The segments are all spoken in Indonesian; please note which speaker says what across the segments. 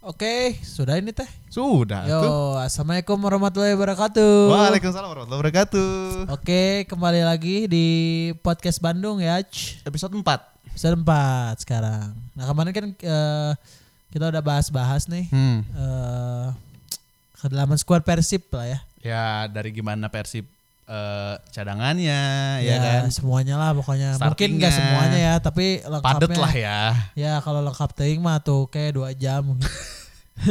Speaker 1: Oke, sudah ini teh.
Speaker 2: Sudah tuh.
Speaker 1: Yo, assalamualaikum warahmatullahi wabarakatuh.
Speaker 2: Waalaikumsalam warahmatullahi wabarakatuh.
Speaker 1: Oke, kembali lagi di podcast Bandung ya. Ch.
Speaker 2: Episode 4.
Speaker 1: Episode 4 sekarang. Nah, kemarin kan eh, kita udah bahas-bahas nih
Speaker 2: Hmm.
Speaker 1: eh kedalaman squad Persib lah ya.
Speaker 2: Ya dari gimana Persib eh, cadangannya ya,
Speaker 1: ya
Speaker 2: kan.
Speaker 1: semuanya lah pokoknya. Mungkin
Speaker 2: Startingnya.
Speaker 1: nggak semuanya ya, tapi lengkapnya.
Speaker 2: Padet lah ya.
Speaker 1: Ya, kalau lengkap teing mah tuh kayak dua jam.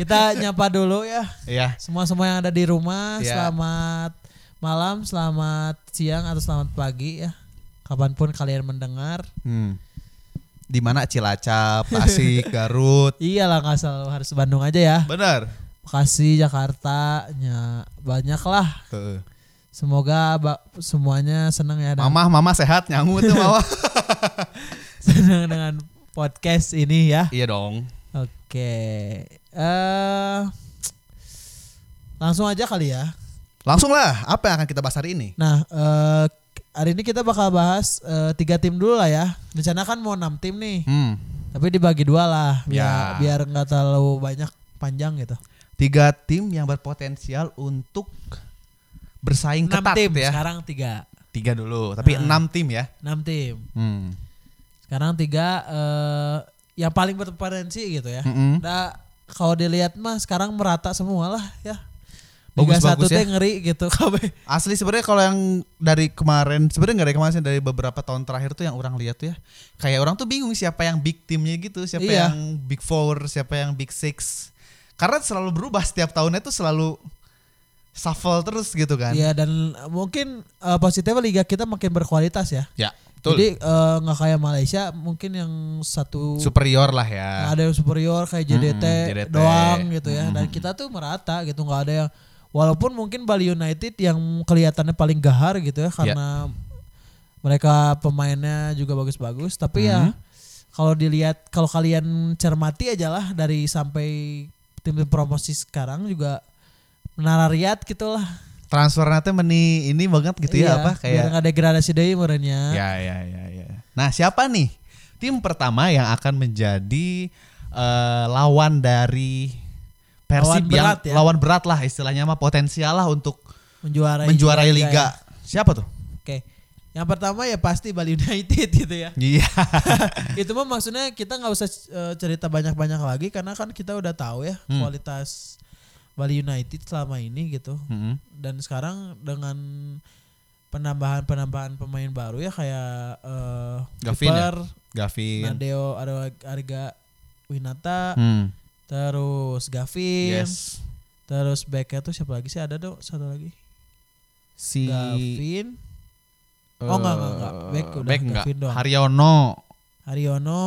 Speaker 1: kita nyapa dulu ya.
Speaker 2: Ya.
Speaker 1: semua semua yang ada di rumah
Speaker 2: Ya.
Speaker 1: selamat malam selamat siang atau selamat pagi ya kapanpun kalian mendengar
Speaker 2: Hmm. Di mana Cilacap, Tasik, Garut.
Speaker 1: iyalah nggak selalu harus Bandung aja ya
Speaker 2: Benar.
Speaker 1: Bekasi Jakarta ya banyak lah
Speaker 2: Tuh.
Speaker 1: semoga ba- semuanya senang ya dengan,
Speaker 2: Mamah, mamah sehat nyangu tuh mamah.
Speaker 1: senang dengan podcast ini ya
Speaker 2: iya dong.
Speaker 1: oke eh langsung aja kali ya
Speaker 2: Langsung lah, apa yang akan kita bahas hari ini?
Speaker 1: Nah, eh, hari ini kita bakal bahas eh, tiga tim dulu lah ya. Rencana kan mau enam tim nih,
Speaker 2: Hmm.
Speaker 1: tapi dibagi dua lah biar
Speaker 2: Ya.
Speaker 1: biar nggak terlalu banyak panjang gitu.
Speaker 2: Tiga tim yang berpotensial untuk bersaing
Speaker 1: Enam
Speaker 2: ketat
Speaker 1: tim
Speaker 2: ya.
Speaker 1: sekarang tiga,
Speaker 2: Tiga dulu, tapi enam tim ya.
Speaker 1: enam tim.
Speaker 2: Hmm.
Speaker 1: Sekarang tiga eh, yang paling berpotensi gitu ya.
Speaker 2: Mm-mm.
Speaker 1: Nah, kalau dilihat mah sekarang merata semua lah ya. Liga satu
Speaker 2: Bagus-bagus ya.
Speaker 1: teh ngeri gitu. KB.
Speaker 2: Asli sebenarnya kalau yang dari kemarin sebenarnya nggak dari kemarin sih, dari beberapa tahun terakhir tuh yang orang lihat tuh ya kayak orang tuh bingung siapa yang big timnya gitu siapa
Speaker 1: Iya.
Speaker 2: yang big four siapa yang big six karena selalu berubah setiap tahunnya tuh selalu shuffle terus gitu kan
Speaker 1: Iya dan mungkin eh, positifnya liga kita makin berkualitas ya.
Speaker 2: ya
Speaker 1: Jadi eh, nggak kayak Malaysia mungkin yang satu
Speaker 2: superior lah
Speaker 1: Nggak
Speaker 2: ya
Speaker 1: ada yang superior kayak JDT,
Speaker 2: Mm, JDT.
Speaker 1: doang gitu ya. Dan kita tuh merata gitu nggak ada yang walaupun mungkin Bali United yang kelihatannya paling gahar gitu ya karena mereka pemainnya juga bagus-bagus tapi ya
Speaker 2: Mm-hmm.
Speaker 1: kalau dilihat kalau kalian cermati aja lah dari sampai tim-tim promosi sekarang juga menara Riyadh gitu lah. Iya,
Speaker 2: transfer nanti meni ini banget gitu ya apa
Speaker 1: biar
Speaker 2: kayak
Speaker 1: nggak degradasi deh merenya.
Speaker 2: ya ya ya ya nah siapa nih tim pertama yang akan menjadi eh, lawan dari Persib
Speaker 1: Lawan
Speaker 2: yang
Speaker 1: berat ya.
Speaker 2: lawan berat lah istilahnya mah potensial lah untuk
Speaker 1: Menjuarai juga ya.
Speaker 2: menjuarai liga. Siapa tuh?
Speaker 1: Oke. Yang pertama ya pasti Bali United gitu ya.
Speaker 2: Iya.
Speaker 1: itu mah maksudnya kita nggak usah eh, cerita banyak-banyak lagi karena kan kita udah tahu ya
Speaker 2: Hmm.
Speaker 1: kualitas Bali United selama ini gitu
Speaker 2: Hmm.
Speaker 1: dan sekarang dengan penambahan-penambahan pemain baru ya kayak eh
Speaker 2: Gavin ya?
Speaker 1: kiper
Speaker 2: Gavin.
Speaker 1: Nadeo Arga Winata
Speaker 2: Hmm.
Speaker 1: terus Gavin
Speaker 2: Yes.
Speaker 1: terus backnya tuh siapa lagi sih ada dong satu lagi
Speaker 2: Si Eh,
Speaker 1: Gavin Oh, enggak, enggak, enggak. Back udah,
Speaker 2: Back enggak.
Speaker 1: Gavin doang.
Speaker 2: Haryono.
Speaker 1: Haryono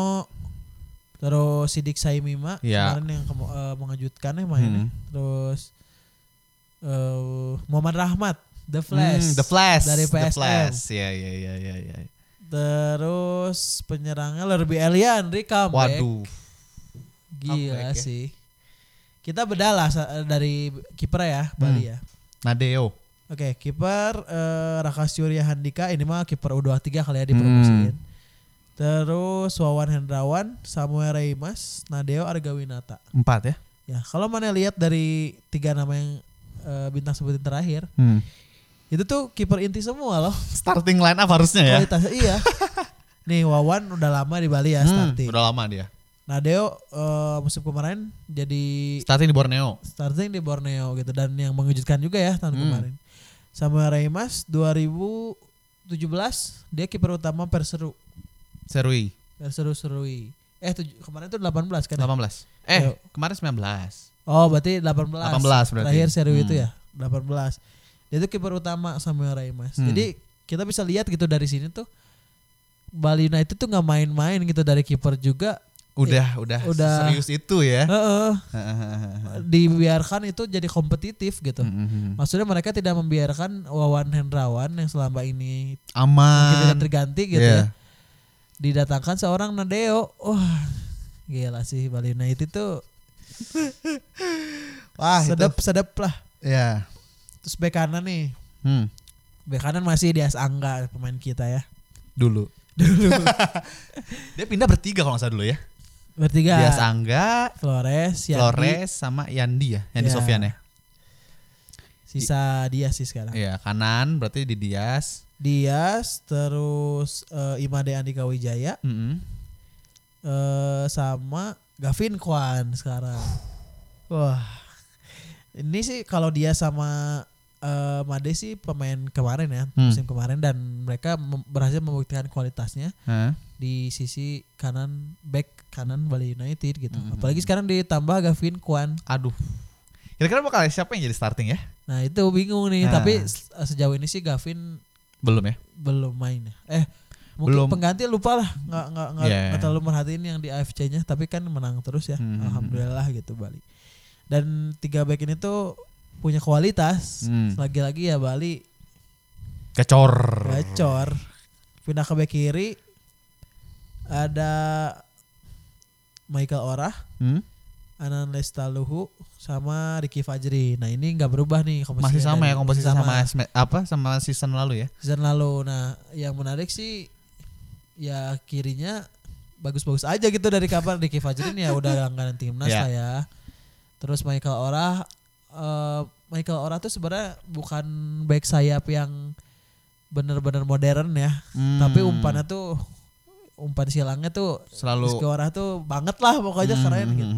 Speaker 1: terus Sidik Saimima
Speaker 2: Ya.
Speaker 1: kemarin yang kemo- eh, mengejutkan ya mainnya
Speaker 2: Hmm.
Speaker 1: terus eh Muhammad Rahmat The Flash
Speaker 2: Hmm, The Flash.
Speaker 1: dari
Speaker 2: The
Speaker 1: PSM
Speaker 2: Flash. Ya ya ya ya ya.
Speaker 1: terus penyerangnya Lerby Elian Rika
Speaker 2: Waduh.
Speaker 1: gila
Speaker 2: Comeback ya.
Speaker 1: sih kita beda lah sa- eh, dari kiper ya
Speaker 2: Hmm.
Speaker 1: Bali ya
Speaker 2: Nadeo.
Speaker 1: Oke, kiper eh, Raka Surya Handika ini mah kiper U23 kali ya dipromosiin.
Speaker 2: Hmm.
Speaker 1: Terus Wawan Hendrawan, Samuel Reimas, Nadeo Argawinata.
Speaker 2: Empat ya.
Speaker 1: Ya, kalau mana lihat dari tiga nama yang eh, bintang sebutin terakhir,
Speaker 2: Hmm.
Speaker 1: itu tuh kiper inti semua loh.
Speaker 2: Starting line up harusnya ya.
Speaker 1: Kualitasnya iya. Nih Wawan udah lama di Bali ya
Speaker 2: Hmm,
Speaker 1: starting.
Speaker 2: udah lama dia.
Speaker 1: Nadeo eh, musim kemarin jadi
Speaker 2: Starting di Borneo.
Speaker 1: starting di Borneo gitu dan yang mengejutkan juga ya
Speaker 2: Hmm.
Speaker 1: tahun kemarin. Sama Reimas 2017 dia kiper utama Perseru
Speaker 2: Serui.
Speaker 1: Perseru Serui. Eh tuj- kemarin tuh 18 kan. ya?
Speaker 2: 18. Eh,
Speaker 1: Yo.
Speaker 2: kemarin 19.
Speaker 1: Oh, berarti 18.
Speaker 2: 18 berarti. Hmm.
Speaker 1: Terakhir Serui itu ya 18. Dia tuh kiper utama sama Reimas.
Speaker 2: Hmm.
Speaker 1: Jadi kita bisa lihat gitu dari sini tuh Bali United tuh nggak main-main gitu dari kiper juga.
Speaker 2: Udah, udah,
Speaker 1: Iya. udah.
Speaker 2: serius itu ya.
Speaker 1: Heeh,
Speaker 2: Hmm.
Speaker 1: dibiarkan itu jadi kompetitif gitu. Maksudnya mereka tidak membiarkan Wawan Hendrawan yang selama ini mungkin
Speaker 2: Aman. Iya.
Speaker 1: tidak terganti gitu
Speaker 2: Ah. Yeah.
Speaker 1: ya. Didatangkan seorang Nadeo. Wah, gila sih Bali United tuh
Speaker 2: Wah, itu-
Speaker 1: sedep-sedep lah.
Speaker 2: Ya.
Speaker 1: Terus bek kanan nih.
Speaker 2: Hmm.
Speaker 1: Bek kanan masih Dias Angga pemain kita ya.
Speaker 2: Dulu. Dulu. Dia pindah bertiga kalau nggak salah dulu ya.
Speaker 1: Bertiga.
Speaker 2: Dias Angga,
Speaker 1: Flores, Iya. Yandi,
Speaker 2: Flores sama Yandi ya, Yandi
Speaker 1: Ya.
Speaker 2: Sofyan ya.
Speaker 1: Sisa Dias sih sekarang.
Speaker 2: Iya, kanan berarti di Dias.
Speaker 1: Dias, terus eh, Imade Andika Wijaya,
Speaker 2: Mm-mm.
Speaker 1: eh, sama Gavin Kwan sekarang. Wah, ini sih kalau dia sama eh, Made sih pemain kemarin ya
Speaker 2: Hmm.
Speaker 1: musim kemarin dan mereka mem- berhasil membuktikan kualitasnya
Speaker 2: Hah?
Speaker 1: di sisi kanan back kanan Bali United gitu.
Speaker 2: Hmm.
Speaker 1: Apalagi sekarang ditambah Gavin Kwan.
Speaker 2: Aduh. Kira-kira bakal siapa yang jadi starting ya?
Speaker 1: Nah itu bingung nih.
Speaker 2: Nah.
Speaker 1: Tapi se- sejauh ini sih Gavin
Speaker 2: Belum ya?
Speaker 1: belum main ya. Eh mungkin
Speaker 2: Belum.
Speaker 1: pengganti lupa lah nggak nggak nggak
Speaker 2: Yeah.
Speaker 1: nggak terlalu merhatiin yang di AFC nya tapi kan menang terus ya
Speaker 2: Hmm.
Speaker 1: alhamdulillah gitu Bali dan tiga back ini tuh punya kualitas
Speaker 2: Hmm.
Speaker 1: lagi-lagi ya Bali
Speaker 2: Gacor.
Speaker 1: gacor pindah ke back kiri ada Michael Orah
Speaker 2: Hmm?
Speaker 1: Anan Lestaluhu sama Ricky Fajri. Nah ini nggak berubah nih komposisinya.
Speaker 2: Masih sama
Speaker 1: dari-
Speaker 2: ya komposisi sama, sme- apa sama season lalu ya?
Speaker 1: season lalu. Nah, yang menarik sih ya kirinya bagus-bagus aja gitu dari kabar Ricky Fajrin ya udah langganan timnas
Speaker 2: Ya.
Speaker 1: lah ya. Terus Michael Orah eh, Michael Orah tuh sebenarnya bukan back sayap yang bener-bener modern ya,
Speaker 2: Hmm.
Speaker 1: tapi umpannya tuh umpan silangnya tuh
Speaker 2: selalu Hmm,
Speaker 1: Rizky Orah tuh banget lah pokoknya keren gitu.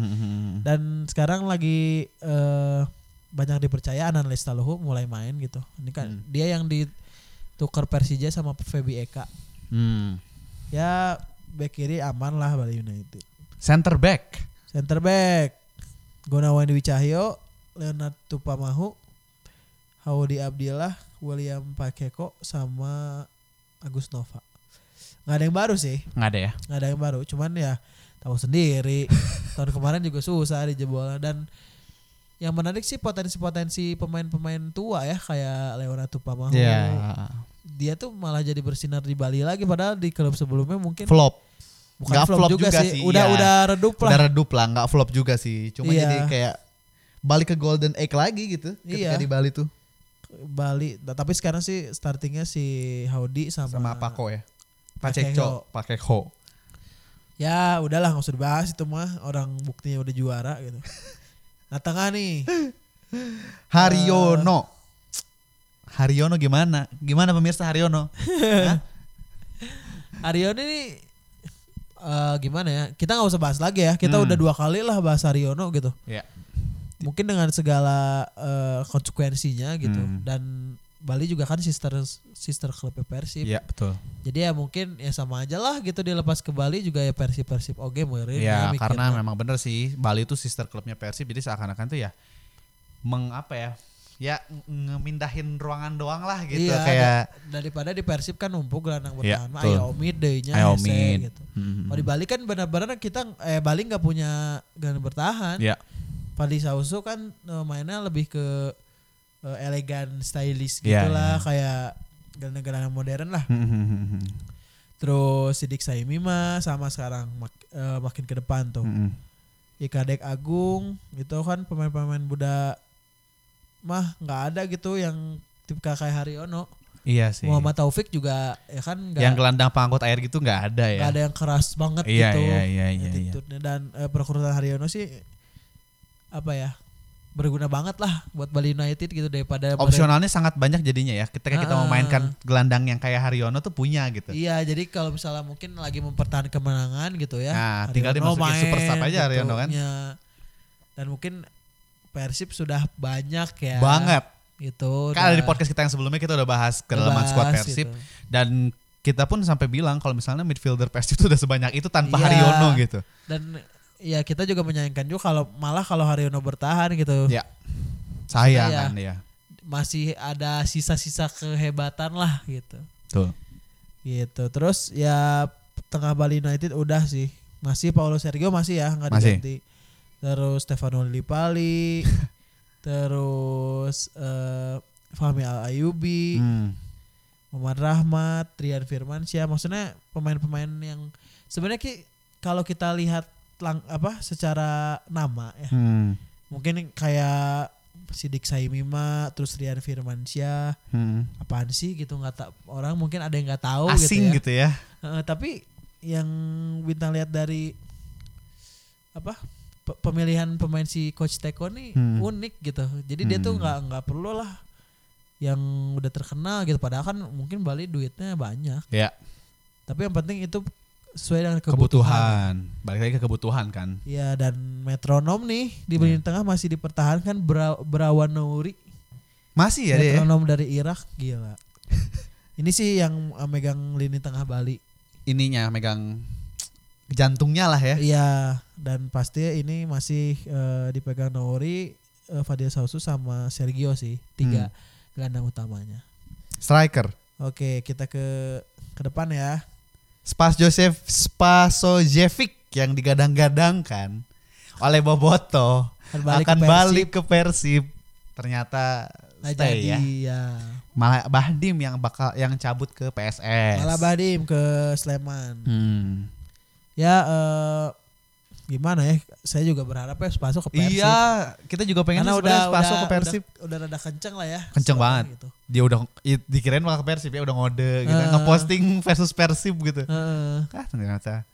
Speaker 1: Dan sekarang lagi eh, banyak dipercaya Anan Lestaluhu mulai main gitu. Ini kan dia yang ditukar Persija sama Febi Eka.
Speaker 2: Hmm.
Speaker 1: Ya back kiri aman lah Bali United.
Speaker 2: Center back.
Speaker 1: Center back Gunawan Dwi Cahyo, Leonard Tupamahu, Haudi Abdillah, William Pakeko sama Agus Nova. Nggak ada yang baru sih,
Speaker 2: Nggak ada ya?
Speaker 1: nggak ada yang baru. Cuman ya tahu sendiri tahun kemarin juga susah di jebol dan yang menarik sih potensi-potensi pemain-pemain tua ya kayak Leonardo Pamahu.
Speaker 2: Iya.
Speaker 1: Dia tuh malah jadi bersinar di Bali lagi padahal di klub sebelumnya mungkin
Speaker 2: Flop.
Speaker 1: bukan
Speaker 2: nggak
Speaker 1: flop,
Speaker 2: flop
Speaker 1: juga,
Speaker 2: juga
Speaker 1: sih.
Speaker 2: sih,
Speaker 1: Udah
Speaker 2: iya.
Speaker 1: udah redup lah.
Speaker 2: Udah redup lah, nggak flop juga sih. Cuma
Speaker 1: Iya.
Speaker 2: jadi kayak balik ke golden egg lagi gitu ketika
Speaker 1: Iya.
Speaker 2: di Bali tuh
Speaker 1: Bali. Nah, tapi sekarang sih startingnya si Haudi sama,
Speaker 2: sama Eh. Pako ya.
Speaker 1: Pacekco.
Speaker 2: Pacekco, Pakeko.
Speaker 1: Ya udahlah nggak usah dibahas itu mah orang buktinya udah juara gitu. Nah tengah nih
Speaker 2: Haryono. Haryono gimana? Gimana pemirsa Haryono?
Speaker 1: Aryono ini eh, gimana ya? Kita nggak usah bahas lagi ya. Kita
Speaker 2: Hmm.
Speaker 1: udah dua kali lah bahas Aryono gitu.
Speaker 2: Ya.
Speaker 1: Mungkin dengan segala eh, konsekuensinya gitu.
Speaker 2: Hmm.
Speaker 1: Dan Bali juga kan sister sister klub Persib.
Speaker 2: Iya, betul.
Speaker 1: Jadi ya mungkin ya sama aja lah gitu dilepas ke Bali juga ya Persib Persib oke meureun
Speaker 2: Ya,
Speaker 1: mikirna.
Speaker 2: karena memang bener sih Bali itu sister klubnya Persib jadi seakan-akan tuh ya mengapa ya? Ya ng- ngemindahin ruangan doang lah gitu
Speaker 1: Iya,
Speaker 2: kayak
Speaker 1: da- daripada di Persib kan numpuk gelandang bertahan
Speaker 2: Iya,
Speaker 1: mah
Speaker 2: betul.
Speaker 1: aya Omid deunya
Speaker 2: Aya
Speaker 1: hese
Speaker 2: Omid.
Speaker 1: gitu.
Speaker 2: Mhm.
Speaker 1: Kalau di Bali kan benar-benar kita eh Bali nggak punya gelandang bertahan.
Speaker 2: ya
Speaker 1: Padi Sausu kan eh, mainnya lebih ke eh, elegan, stylish
Speaker 2: Iya,
Speaker 1: gitulah kayak gelandang-gelandang modern lah.
Speaker 2: Mhm.
Speaker 1: Terus Sidik Saimima sama sekarang mak- eh, makin ke depan
Speaker 2: Hmm.
Speaker 1: tuh. Ikadek Agung itu kan pemain-pemain muda mah nggak ada gitu yang tipe kayak Haryono.
Speaker 2: Iya sih.
Speaker 1: Muhammad Taufik juga ya kan nggak
Speaker 2: yang gelandang pangkot air gitu nggak ada ya.
Speaker 1: nggak ada yang keras banget
Speaker 2: Iya,
Speaker 1: gitu.
Speaker 2: iya, iya, iya, iya.
Speaker 1: attitude-nya. Dan eh, perekrutan Haryono sih apa ya berguna banget lah buat Bali United gitu daripada
Speaker 2: Opsionalnya sangat banyak jadinya ya. Ketika kita
Speaker 1: Ah.
Speaker 2: memainkan gelandang yang kayak Haryono tuh punya gitu.
Speaker 1: Iya, jadi kalau misalnya mungkin lagi mempertahankan kemenangan gitu ya.
Speaker 2: Nah, tinggal dimasukin super sub aja Haryono kan.
Speaker 1: Iya. Dan mungkin Persib sudah banyak ya.
Speaker 2: Banget.
Speaker 1: Gitu.
Speaker 2: Karena
Speaker 1: udah
Speaker 2: di podcast kita yang sebelumnya kita udah bahas kedalaman
Speaker 1: ngebahas
Speaker 2: squad Persib
Speaker 1: gitu.
Speaker 2: dan kita pun sampai bilang kalau misalnya midfielder Persib itu udah sebanyak itu tanpa
Speaker 1: Iya.
Speaker 2: Haryono gitu.
Speaker 1: Dan ya kita juga menyayangkan juga kalau malah kalau Haryono bertahan gitu
Speaker 2: Ya. Sayang
Speaker 1: Iya.
Speaker 2: kan ya.
Speaker 1: masih ada sisa-sisa kehebatan lah gitu.
Speaker 2: Tuh.
Speaker 1: Gitu. Terus ya tengah Bali United udah sih. Masih Paulo Sergio masih ya nggak
Speaker 2: Masih.
Speaker 1: diganti. Terus Stefano Lillipali. terus eh, Fahmi Al Ayubi,
Speaker 2: Hmm.
Speaker 1: Muhammad Rahmat, Trian Firmansyah. Maksudnya pemain-pemain yang sebenarnya ki kalau kita lihat lang apa secara nama ya.
Speaker 2: Hmm.
Speaker 1: Mungkin kayak Sidik Saimima, terus Rian Firmansyah,
Speaker 2: Hmm.
Speaker 1: apaan sih gitu nggak tak orang mungkin ada yang nggak tahu gitu Oh, ya.
Speaker 2: Asing gitu ya.
Speaker 1: Heeh, tapi yang bintang lihat dari apa pe- pemilihan pemain si coach Teko nih
Speaker 2: Hmm.
Speaker 1: unik gitu. Jadi dia tuh
Speaker 2: Hmm.
Speaker 1: nggak nggak perlu lah yang udah terkenal gitu. Padahal kan mungkin Bali duitnya banyak.
Speaker 2: Ya,
Speaker 1: Tapi yang penting itu sesuai dengan kebutuhan.
Speaker 2: kebutuhan. Balik lagi ke kebutuhan kan.
Speaker 1: Iya dan metronom nih di
Speaker 2: Iya.
Speaker 1: Benin Tengah masih dipertahankan Bra Brawan Nouri.
Speaker 2: Masih ya dia. ya?
Speaker 1: metronom dari Irak gila. Ini sih yang eh, megang lini tengah Bali.
Speaker 2: Ininya megang jantungnya lah ya.
Speaker 1: Iya, dan pasti ini masih eh, dipegang Nouri, eh, Fadil Sausu sama Sergio sih,
Speaker 2: Hmm.
Speaker 1: tiga gelandang utamanya.
Speaker 2: Striker.
Speaker 1: Oke, kita ke ke depan ya.
Speaker 2: Spas Joseph Spasojevic yang digadang-gadang kan oleh Boboto
Speaker 1: Kan ke
Speaker 2: akan
Speaker 1: Persib,
Speaker 2: balik ke Persib. Ternyata
Speaker 1: nggak
Speaker 2: stay
Speaker 1: jadi,
Speaker 2: ya.
Speaker 1: ya.
Speaker 2: Malah Bahdim yang bakal yang cabut ke PSS.
Speaker 1: Malah Badim ke Sleman.
Speaker 2: Hmm.
Speaker 1: Ya eh, gimana ya? Saya juga berharap ya Spaso ke Persib.
Speaker 2: Iya, kita juga pengen
Speaker 1: Karena
Speaker 2: sebenarnya
Speaker 1: udah
Speaker 2: Spaso
Speaker 1: udah-
Speaker 2: ke Persib.
Speaker 1: Udah, udah rada kenceng lah ya.
Speaker 2: Kenceng
Speaker 1: Sleman
Speaker 2: banget.
Speaker 1: Gitu.
Speaker 2: Dia udah i- dikirain malah ke Persib ya, udah ngode gitu.
Speaker 1: Eh.
Speaker 2: Ngeposting versus Persib gitu.
Speaker 1: Heeh.
Speaker 2: Ah, ternyata.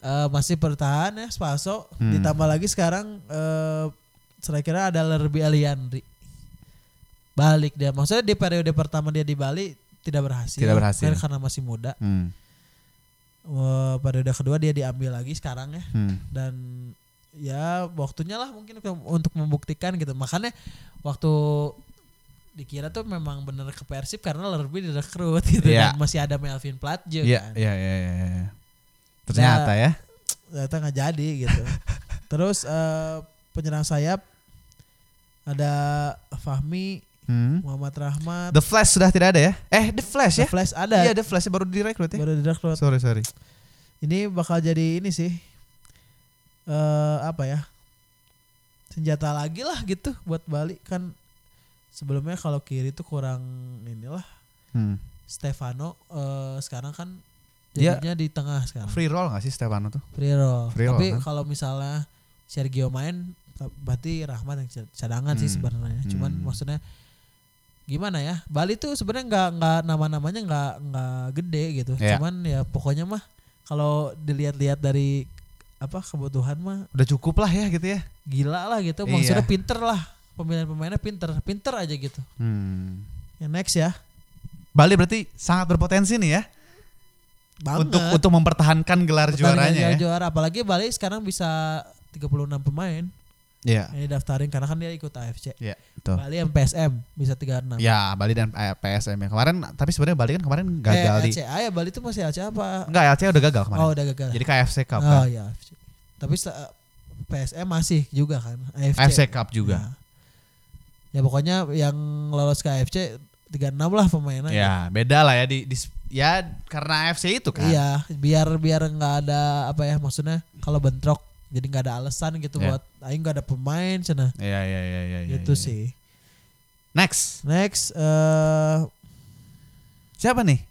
Speaker 1: Eh, masih bertahan ya Spaso
Speaker 2: Hmm.
Speaker 1: ditambah lagi sekarang eh saya kira ada Lerby Eliandri balik dia maksudnya di periode pertama dia di Bali tidak berhasil
Speaker 2: Tidak berhasil.
Speaker 1: Kan karena masih muda
Speaker 2: Hmm.
Speaker 1: Eh, periode kedua dia diambil lagi sekarang ya
Speaker 2: Hmm.
Speaker 1: dan ya waktunya lah mungkin ke- untuk membuktikan gitu makanya waktu dikira tuh memang bener ke Persib karena Lerby direkrut gitu dan
Speaker 2: Iya.
Speaker 1: masih ada Melvin Platje
Speaker 2: Iya,
Speaker 1: kan
Speaker 2: iya, iya, iya. iya. Ternyata ya.
Speaker 1: ternyata nggak jadi gitu. Terus eh, penyerang sayap ada Fahmi,
Speaker 2: Hmm.
Speaker 1: Muhammad Rahmat,
Speaker 2: The Flash sudah tidak ada ya? Eh, The Flash
Speaker 1: The
Speaker 2: ya?
Speaker 1: Flash ada.
Speaker 2: Iya, The Flash baru direkrut ya.
Speaker 1: baru direkrut.
Speaker 2: Sorry, sorry.
Speaker 1: Ini bakal jadi ini sih eh apa ya? Senjata lagi lah gitu buat Bali kan sebelumnya kalau kiri tuh kurang inilah
Speaker 2: Hmm.
Speaker 1: Stefano eh, sekarang kan
Speaker 2: Dia-
Speaker 1: jadinya di tengah sekarang.
Speaker 2: Free roll gak sih Stefano tuh?
Speaker 1: Free roll.
Speaker 2: Free roll,
Speaker 1: Tapi
Speaker 2: kan?
Speaker 1: kalau misalnya Sergio main ta- berarti Rahmat yang cad- cadangan sih
Speaker 2: Hmm.
Speaker 1: sebenarnya. Cuman
Speaker 2: Hmm.
Speaker 1: maksudnya gimana ya? Bali tuh sebenarnya nggak nggak nama-namanya nggak nggak gede gitu.
Speaker 2: Iya.
Speaker 1: Cuman ya pokoknya mah kalau dilihat-lihat dari apa kebutuhan mah
Speaker 2: Udah cukup lah ya gitu ya.
Speaker 1: gila lah gitu.
Speaker 2: Iya.
Speaker 1: Maksudnya pinter lah pemilihan pemainnya pinter, pinter aja gitu.
Speaker 2: Hmm.
Speaker 1: Ya next ya.
Speaker 2: Bali berarti sangat berpotensi nih ya
Speaker 1: Banget.
Speaker 2: untuk untuk mempertahankan gelar
Speaker 1: Pertandingan
Speaker 2: juaranya ya.
Speaker 1: juara apalagi Bali sekarang bisa 36 pemain
Speaker 2: Iya.
Speaker 1: yang didaftarin karena kan dia ikut AFC.
Speaker 2: Iya, betul.
Speaker 1: Bali yang PSM bisa 36.
Speaker 2: Ya, Bali dan eh, PSM yang kemarin tapi sebenarnya Bali kan kemarin gagal
Speaker 1: eh,
Speaker 2: di
Speaker 1: LCA ya Bali itu masih LCA apa?
Speaker 2: Enggak, LC udah gagal kemarin.
Speaker 1: Oh, udah gagal.
Speaker 2: Jadi KFC Cup.
Speaker 1: oh,
Speaker 2: kan.
Speaker 1: ya. AFC. Tapi se- eh, PSM masih juga kan AFC.
Speaker 2: AFC Cup juga.
Speaker 1: Nah, Ya. Ya, pokoknya yang lolos ke AFC 36 lah pemainnya.
Speaker 2: Ya, beda lah ya di, di- ya karena AFC itu kan.
Speaker 1: Iya, biar biar nggak ada apa ya maksudnya kalau bentrok jadi nggak ada alasan gitu
Speaker 2: Ya.
Speaker 1: buat aing nggak ada pemain cenah.
Speaker 2: Iya, iya, iya, iya. iya,
Speaker 1: gitu
Speaker 2: iya.
Speaker 1: sih.
Speaker 2: Next.
Speaker 1: Next eh
Speaker 2: Siapa nih?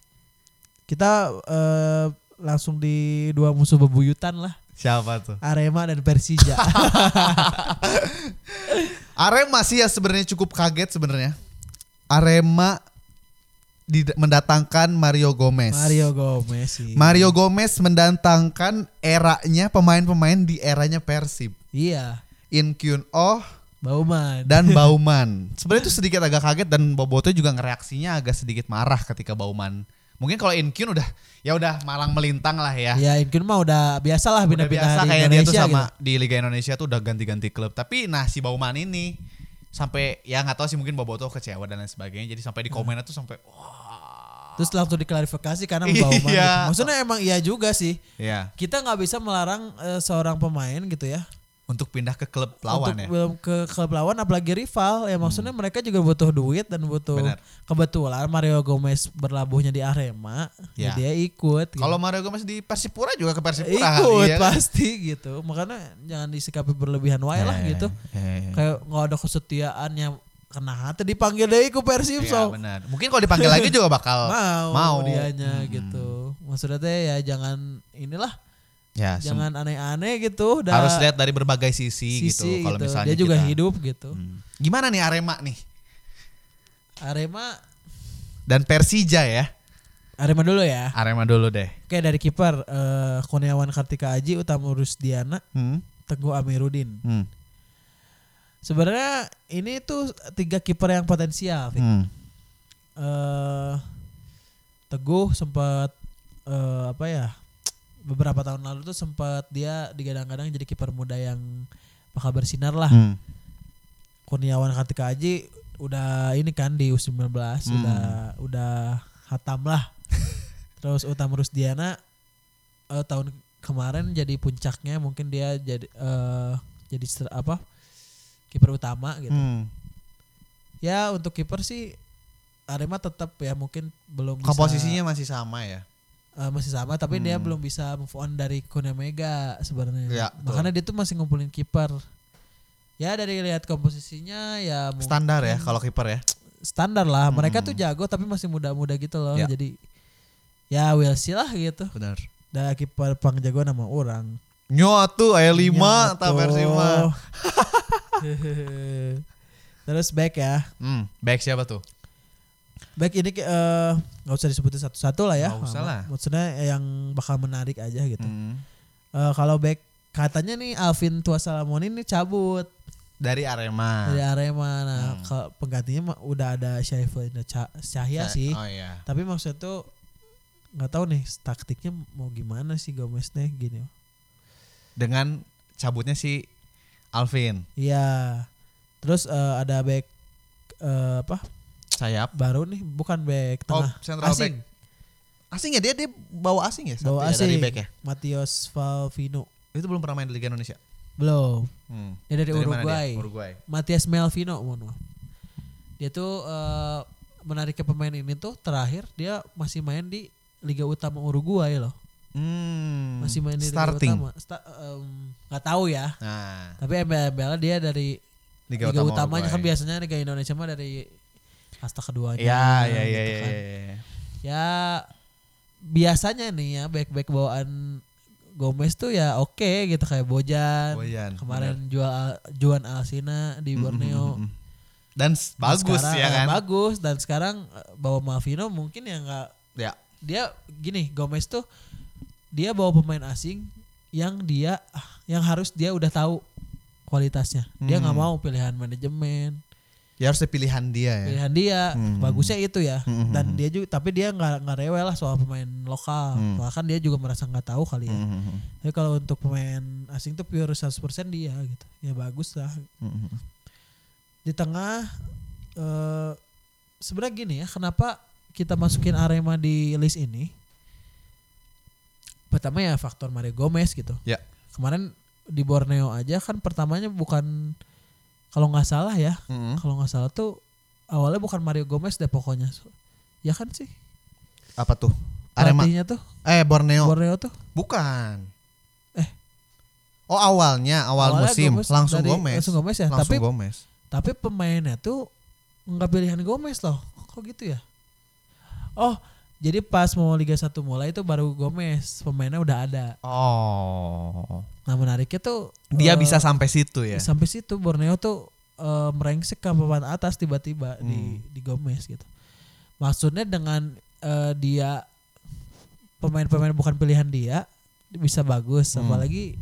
Speaker 1: kita eh, langsung di dua musuh bebuyutan lah.
Speaker 2: Siapa tuh?
Speaker 1: Arema dan Persija.
Speaker 2: Arema sih ya sebenarnya cukup kaget sebenarnya. Arema did- mendatangkan Mario Gomez.
Speaker 1: Mario Gomez sih.
Speaker 2: Iya. Mario Gomez mendatangkan eranya pemain-pemain di eranya Persib.
Speaker 1: Iya,
Speaker 2: In Kyun Oh
Speaker 1: Bauman.
Speaker 2: dan Bauman. Sebenarnya itu sedikit agak kaget dan Boboto juga ngereaksinya agak sedikit marah ketika Bauman. Mungkin kalau In Kyun udah ya udah malang melintang lah ya.
Speaker 1: ya Inkin mah udah biasa lah
Speaker 2: Udah
Speaker 1: pindah-pindah
Speaker 2: biasa
Speaker 1: di
Speaker 2: kayak dia
Speaker 1: Indonesia
Speaker 2: tuh sama
Speaker 1: gitu.
Speaker 2: di Liga Indonesia tuh udah ganti-ganti klub. Tapi nah si Bauman ini sampai ya nggak tahu sih mungkin Boboto kecewa dan lain sebagainya. Jadi sampai di komennya tuh sampai oh, wah.
Speaker 1: gitu. Terus langsung diklarifikasi karena
Speaker 2: Iya.
Speaker 1: Bauman. gitu. Maksudnya emang iya juga sih.
Speaker 2: Ya,
Speaker 1: Kita nggak bisa melarang eh, seorang pemain gitu ya.
Speaker 2: untuk pindah ke klub
Speaker 1: untuk
Speaker 2: lawan ya. Hmm.
Speaker 1: belum ke klub lawan apalagi rival. Ya maksudnya mereka juga butuh duit dan butuh
Speaker 2: Benar.
Speaker 1: kebetulan Mario Gomez berlabuhnya di Arema. Ya.
Speaker 2: Ya.
Speaker 1: dia ikut. gitu.
Speaker 2: Kalau Mario Gomez di Persipura juga ke Persipura.
Speaker 1: ikut
Speaker 2: iya kan?
Speaker 1: pasti gitu. Makanya jangan disikapi berlebihan wae lah
Speaker 2: Eh,
Speaker 1: gitu.
Speaker 2: eh, eh.
Speaker 1: kayak nggak ada kesetiaan yang kena hati dipanggil deh ku Persib
Speaker 2: Iya,
Speaker 1: so
Speaker 2: benar. Mungkin kalau dipanggil lagi juga bakal
Speaker 1: mau,
Speaker 2: mau. Hmm.
Speaker 1: dianya gitu maksudnya teh ya jangan inilah
Speaker 2: Ya, sem-
Speaker 1: jangan aneh-aneh gitu dan
Speaker 2: harus lihat dari berbagai sisi, gitu.
Speaker 1: sisi gitu,
Speaker 2: Kalau misalnya
Speaker 1: dia juga
Speaker 2: kita-
Speaker 1: hidup gitu
Speaker 2: Hmm. Gimana nih Arema nih
Speaker 1: Arema
Speaker 2: dan Persija ya?
Speaker 1: Arema dulu ya.
Speaker 2: Arema dulu deh.
Speaker 1: Oke dari kiper eh Kurniawan Kartika Aji, Utama Rusdiana,
Speaker 2: Hmm.
Speaker 1: Teguh Amiruddin.
Speaker 2: Hmm.
Speaker 1: Sebenarnya ini tuh tiga kiper yang potensial. Vic.
Speaker 2: Hmm.
Speaker 1: eh Teguh sempat eh, apa ya? Beberapa tahun lalu tuh sempat dia digadang-gadang jadi kiper muda yang bakal bersinar lah.
Speaker 2: Hmm.
Speaker 1: Kurniawan Kartika Aji udah ini kan di U19
Speaker 2: Hmm.
Speaker 1: udah udah hatam lah. Terus Utama Rusdiana eh, tahun kemarin jadi puncaknya mungkin dia jadi eh, jadi ser- apa? kiper utama gitu.
Speaker 2: Hmm.
Speaker 1: Ya untuk kiper sih Arema tetap ya mungkin belum bisa-
Speaker 2: Komposisinya masih sama ya.
Speaker 1: eh, masih sama tapi dia belum bisa move on dari Konya Mega sebenarnya.
Speaker 2: Hmm. Ya, betul.
Speaker 1: Makanya dia tuh masih ngumpulin kiper. Ya dari lihat komposisinya ya mungkin
Speaker 2: Standar ya kalau kiper ya.
Speaker 1: standar lah. Mereka tuh jago tapi masih muda-muda gitu loh.
Speaker 2: Hmm. Ya.
Speaker 1: Jadi ya we'll see lah gitu.
Speaker 2: Benar.
Speaker 1: Dah kiper pangjago nama orang. Ya,
Speaker 2: Nyo tuh aya 5 eh, ta versi mah.
Speaker 1: Terus back ya.
Speaker 2: Hmm, back siapa tuh?
Speaker 1: Back ini ke- eh, nggak usah disebutin satu-satu lah ya.
Speaker 2: Nggak usah lah.
Speaker 1: Maksudnya yang bakal menarik aja gitu.
Speaker 2: Hmm.
Speaker 1: Eh, kalau back katanya nih Alvin Tuasalamoni ini cabut
Speaker 2: Dari Arema.
Speaker 1: dari Arema. Nah,
Speaker 2: Hmm.
Speaker 1: ke- penggantinya mah udah ada Syaiful Indah Ca- Cahya sih.
Speaker 2: Oh iya.
Speaker 1: Tapi maksudnya tuh nggak tahu nih taktiknya mau gimana sih Gomez nih gini.
Speaker 2: Dengan cabutnya si Alvin
Speaker 1: Iya. Terus eh, ada back eh, apa?
Speaker 2: sayap.
Speaker 1: Baru nih bukan back
Speaker 2: Oh,
Speaker 1: tengah.
Speaker 2: central
Speaker 1: asing.
Speaker 2: back. Asing ya dia dia bawa asing ya?
Speaker 1: Bawa
Speaker 2: Santi ya, dari
Speaker 1: asing.
Speaker 2: back ya.
Speaker 1: Matios Valvino.
Speaker 2: Itu belum pernah main di Liga Indonesia.
Speaker 1: Belum.
Speaker 2: Hmm.
Speaker 1: Dia dari,
Speaker 2: mana dia?
Speaker 1: Uruguay.
Speaker 2: Uruguay.
Speaker 1: Matias Melvino mohon maaf. Dia tuh eh, menariknya pemain ini tuh terakhir dia masih main di Liga Utama Uruguay loh.
Speaker 2: Hmm.
Speaker 1: Masih main di
Speaker 2: starting.
Speaker 1: Liga Utama. Sta- em, nggak tahu ya.
Speaker 2: Nah,
Speaker 1: Tapi MBL dia dari Liga,
Speaker 2: Liga, utama
Speaker 1: utamanya kan
Speaker 2: Uruguay.
Speaker 1: biasanya Liga Indonesia mah dari kasta keduanya.
Speaker 2: Ya, ya, ya,
Speaker 1: gitu
Speaker 2: ya,
Speaker 1: kan.
Speaker 2: ya, ya.
Speaker 1: Ya biasanya nih ya back-back bawaan Gomez tuh ya oke gitu kayak Bojan.
Speaker 2: Bojan, Hmm,
Speaker 1: Kemarin jual Juan Alsina di Borneo.
Speaker 2: Mm-mm. Dan s-
Speaker 1: Mm-hmm, Dan
Speaker 2: bagus
Speaker 1: sekarang,
Speaker 2: ya
Speaker 1: eh,
Speaker 2: kan?
Speaker 1: Bagus dan sekarang eh, bawa Malvino mungkin ya nggak
Speaker 2: Ya.
Speaker 1: dia gini Gomez tuh dia bawa pemain asing yang dia ah, yang harus dia udah tahu kualitasnya. Dia nggak
Speaker 2: Hmm.
Speaker 1: mau pilihan manajemen,
Speaker 2: Ya harus pilihan dia ya.
Speaker 1: pilihan dia
Speaker 2: Hmm.
Speaker 1: bagusnya itu ya.
Speaker 2: Hmm.
Speaker 1: Dan dia juga tapi dia nggak nggak rewel lah soal pemain lokal.
Speaker 2: Hmm.
Speaker 1: Soalnya kan dia juga merasa nggak tahu
Speaker 2: mm-hmm,
Speaker 1: kali ya.
Speaker 2: Mm-mm.
Speaker 1: Tapi kalau untuk pemain asing tuh pure 100% dia gitu. Ya bagus lah
Speaker 2: Mm-mm.
Speaker 1: di tengah eh sebenarnya gini ya kenapa kita masukin Arema di list ini pertama ya faktor Mario Gomez gitu
Speaker 2: Ya.
Speaker 1: kemarin di Borneo aja kan pertamanya bukan kalau nggak salah ya
Speaker 2: Mm-mm.
Speaker 1: kalau nggak salah tuh awalnya bukan Mario Gomez deh pokoknya ya kan sih
Speaker 2: Apa tuh? Arema.
Speaker 1: pelatihnya tuh
Speaker 2: Eh Borneo.
Speaker 1: Borneo tuh
Speaker 2: Bukan.
Speaker 1: Eh.
Speaker 2: Oh awalnya awal
Speaker 1: awalnya
Speaker 2: musim langsung
Speaker 1: dari-
Speaker 2: Gomez.
Speaker 1: langsung Gomez ya
Speaker 2: Langsung
Speaker 1: tapi
Speaker 2: Gomez.
Speaker 1: Tapi pemainnya tuh nggak pilihan Gomez loh. Kok gitu ya? Oh, jadi pas mau Liga 1 mulai itu baru Gomez pemainnya udah ada.
Speaker 2: Oh.
Speaker 1: Nah menariknya tuh eh,
Speaker 2: Dia bisa sampai situ ya.
Speaker 1: sampai situ Borneo tuh eh, merengsek ke papan atas tiba-tiba di
Speaker 2: Hmm.
Speaker 1: di Gomez gitu. Maksudnya dengan eh, dia pemain-pemain bukan pilihan dia bisa bagus
Speaker 2: Hmm.
Speaker 1: apalagi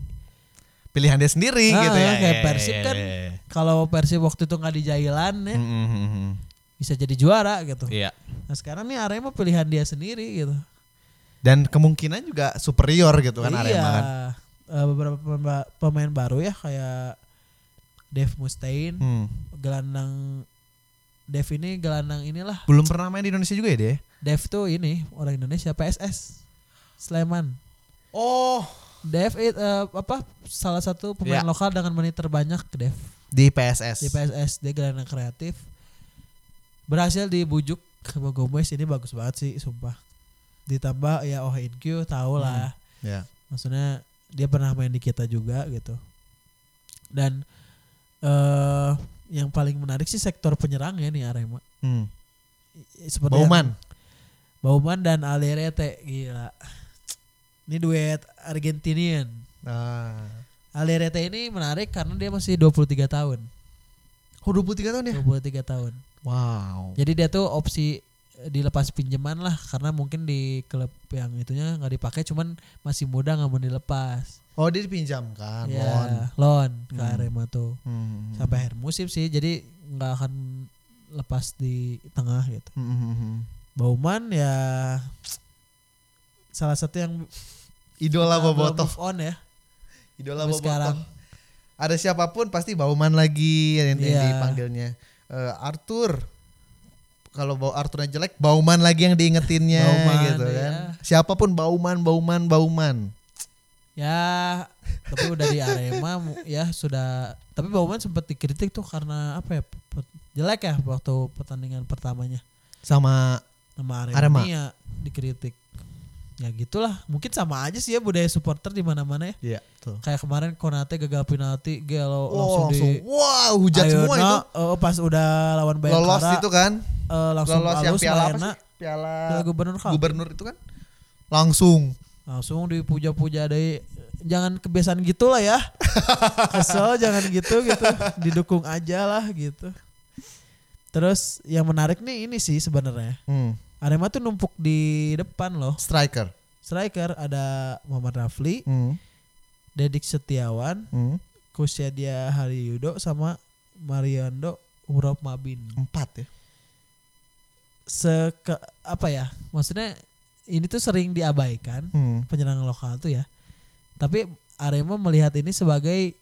Speaker 2: Pilihan dia sendiri
Speaker 1: Ah,
Speaker 2: gitu ya.
Speaker 1: kayak
Speaker 2: Ya,
Speaker 1: Persib
Speaker 2: ya,
Speaker 1: kan.
Speaker 2: ya, ya.
Speaker 1: kalau Persib waktu itu nggak di Jailan ya
Speaker 2: Mm-mm.
Speaker 1: bisa jadi juara gitu.
Speaker 2: Hmm. Iya.
Speaker 1: Nah sekarang nih Arema pilihan dia sendiri gitu.
Speaker 2: Dan kemungkinan juga superior gitu kan Arema kan.
Speaker 1: Iya. Eh, beberapa pemba- pemain baru ya kayak Dave Mustaine,
Speaker 2: Hmm.
Speaker 1: gelandang Dave ini gelandang inilah.
Speaker 2: Belum pernah main di Indonesia juga ya dia?
Speaker 1: Dave tuh ini orang Indonesia PSS Sleman.
Speaker 2: Oh,
Speaker 1: Dave eh, apa salah satu pemain
Speaker 2: Ya.
Speaker 1: lokal dengan menit terbanyak Dave
Speaker 2: di PSS.
Speaker 1: di PSS dia gelandang kreatif. Berhasil dibujuk sama Gomez ini bagus banget sih sumpah. Ditambah ya Oh Q tahu lah.
Speaker 2: Ya.
Speaker 1: maksudnya dia pernah main di kita juga gitu dan eh yang paling menarik sih sektor penyerangnya nih Arema
Speaker 2: Hmm.
Speaker 1: seperti
Speaker 2: Bauman.
Speaker 1: yang- Bauman dan Alirete gila ini duet Argentinian
Speaker 2: Ah.
Speaker 1: Alirete ini menarik karena dia masih 23 tahun
Speaker 2: Oh, 23 tahun ya?
Speaker 1: 23 tahun
Speaker 2: Wow.
Speaker 1: jadi dia tuh opsi dilepas pinjaman lah karena mungkin di klub yang itunya nggak dipakai cuman masih muda nggak mau dilepas
Speaker 2: Oh dia dipinjamkan,
Speaker 1: ya
Speaker 2: Mon.
Speaker 1: loan ke Arema tuh
Speaker 2: Hmm.
Speaker 1: sampai akhir musim sih jadi nggak akan lepas di tengah gitu
Speaker 2: Hmm, hmm, hmm.
Speaker 1: Bauman ya salah satu yang
Speaker 2: Idola
Speaker 1: belum
Speaker 2: Bobotoh.
Speaker 1: move on ya
Speaker 2: Idola
Speaker 1: sampai
Speaker 2: Bobotoh.
Speaker 1: sekarang
Speaker 2: Ada siapapun pasti Bauman lagi yang, yang
Speaker 1: Iya.
Speaker 2: dipanggilnya. Eh, Arthur. Kalau bau Arthurnya jelek, Bauman lagi yang diingetinnya
Speaker 1: Bauman,
Speaker 2: gitu kan.
Speaker 1: iya.
Speaker 2: Siapapun Bauman, Bauman, Bauman.
Speaker 1: Ya, tapi udah di Arema mu- ya sudah. Tapi Bauman sempat dikritik tuh karena apa ya? pe- Jelek ya waktu pertandingan pertamanya
Speaker 2: Sama
Speaker 1: sama Arema,
Speaker 2: Arema.
Speaker 1: ini ya dikritik. Ya gitulah, mungkin sama aja sih ya budaya supporter di mana-mana ya.
Speaker 2: Iya, tuh.
Speaker 1: Kayak kemarin Konate gagal penalti, gelo
Speaker 2: Oh,
Speaker 1: langsung,
Speaker 2: langsung,
Speaker 1: di
Speaker 2: wah hujat semua
Speaker 1: Ayona,
Speaker 2: itu.
Speaker 1: eh, pas udah lawan Bayangkara
Speaker 2: Lolos itu kan.
Speaker 1: eh, langsung
Speaker 2: Lolos yang
Speaker 1: halus
Speaker 2: piala apa
Speaker 1: Bayana,
Speaker 2: sih? Eh, Piala
Speaker 1: piala gubernur Kaltim.
Speaker 2: gubernur itu kan. Langsung
Speaker 1: langsung dipuja-puja dari jangan kebiasaan gitulah ya kesel jangan gitu gitu didukung aja lah gitu terus yang menarik nih ini sih sebenarnya
Speaker 2: Hmm,
Speaker 1: Arema tuh numpuk di depan loh
Speaker 2: striker.
Speaker 1: striker ada Muhammad Rafli
Speaker 2: Hmm,
Speaker 1: Dedik Setiawan
Speaker 2: hmm.
Speaker 1: Kusyadia Hariyudo sama Mariando Urop Mabin
Speaker 2: Empat ya.
Speaker 1: Seke, apa ya maksudnya ini tuh sering diabaikan
Speaker 2: Hmm.
Speaker 1: penyerang lokal tuh ya. Tapi Arema melihat ini sebagai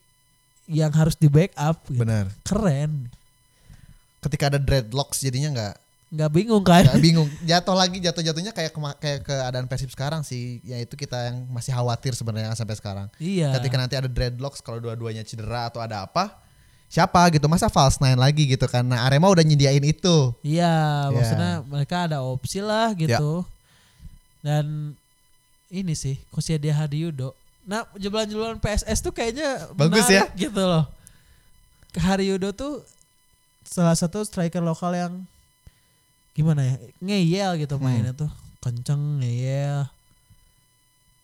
Speaker 1: yang harus di backup gitu.
Speaker 2: Benar.
Speaker 1: Keren.
Speaker 2: Ketika ada dreadlocks jadinya nggak
Speaker 1: nggak bingung kan?
Speaker 2: nggak bingung. Jatuh lagi jatuh-jatuhnya kayak kema- kayak keadaan Persib sekarang sih. Ya itu kita yang masih khawatir sebenarnya sampai sekarang.
Speaker 1: iya.
Speaker 2: Ketika nanti ada dreadlocks kalau dua-duanya cedera atau ada apa siapa gitu masa false nine lagi gitu kan nah Arema udah nyediain itu
Speaker 1: Iya,
Speaker 2: Ya.
Speaker 1: maksudnya mereka ada opsi
Speaker 2: Iya.
Speaker 1: lah gitu. Dan ini sih Kusyadia Hadiyudo. Nah, jebolan-jebolan PSS tuh kayaknya
Speaker 2: Bagus ya.
Speaker 1: menarik gitu loh. Hariyudo tuh salah satu striker lokal yang gimana ya? Ngeyel gitu
Speaker 2: Hmm.
Speaker 1: mainnya tuh. Kenceng ngeyel.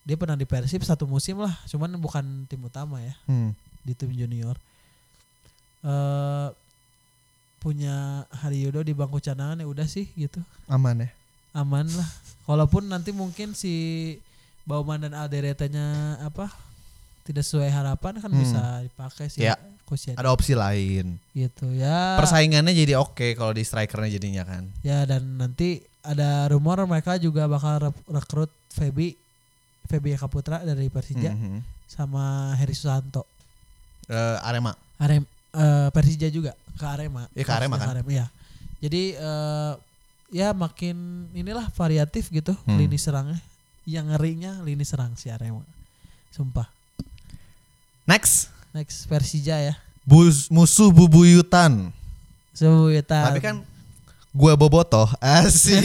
Speaker 1: Dia pernah di Persib satu musim lah, cuman bukan tim utama ya
Speaker 2: hmm.
Speaker 1: di tim junior. eh punya Haryodo di bangku cadangan ya udah sih gitu.
Speaker 2: aman ya
Speaker 1: Aman lah. Walaupun nanti mungkin si Bauman dan Alderetanya apa tidak sesuai harapan kan bisa dipakai sih
Speaker 2: Ya.
Speaker 1: Kusian.
Speaker 2: ada opsi lain
Speaker 1: gitu ya.
Speaker 2: persaingannya jadi oke kalau di strikernya jadinya kan
Speaker 1: ya dan nanti ada rumor mereka juga bakal re- rekrut Febi Febi Kaputra dari Persija
Speaker 2: Mhm.
Speaker 1: sama Heri Susanto.
Speaker 2: Eh, Arema
Speaker 1: Arem eh, Persija juga ke Arema.
Speaker 2: Iya, ke Arema
Speaker 1: Persija
Speaker 2: kan?
Speaker 1: iya. Jadi eh, ya makin inilah variatif gitu
Speaker 2: Hmm.
Speaker 1: lini serangnya. Yang ngerinya lini serang si Arema. Sumpah.
Speaker 2: next
Speaker 1: Next Persija ya.
Speaker 2: Bus, musuh bubuyutan
Speaker 1: Sebutan.
Speaker 2: tapi kan gue bobotoh asih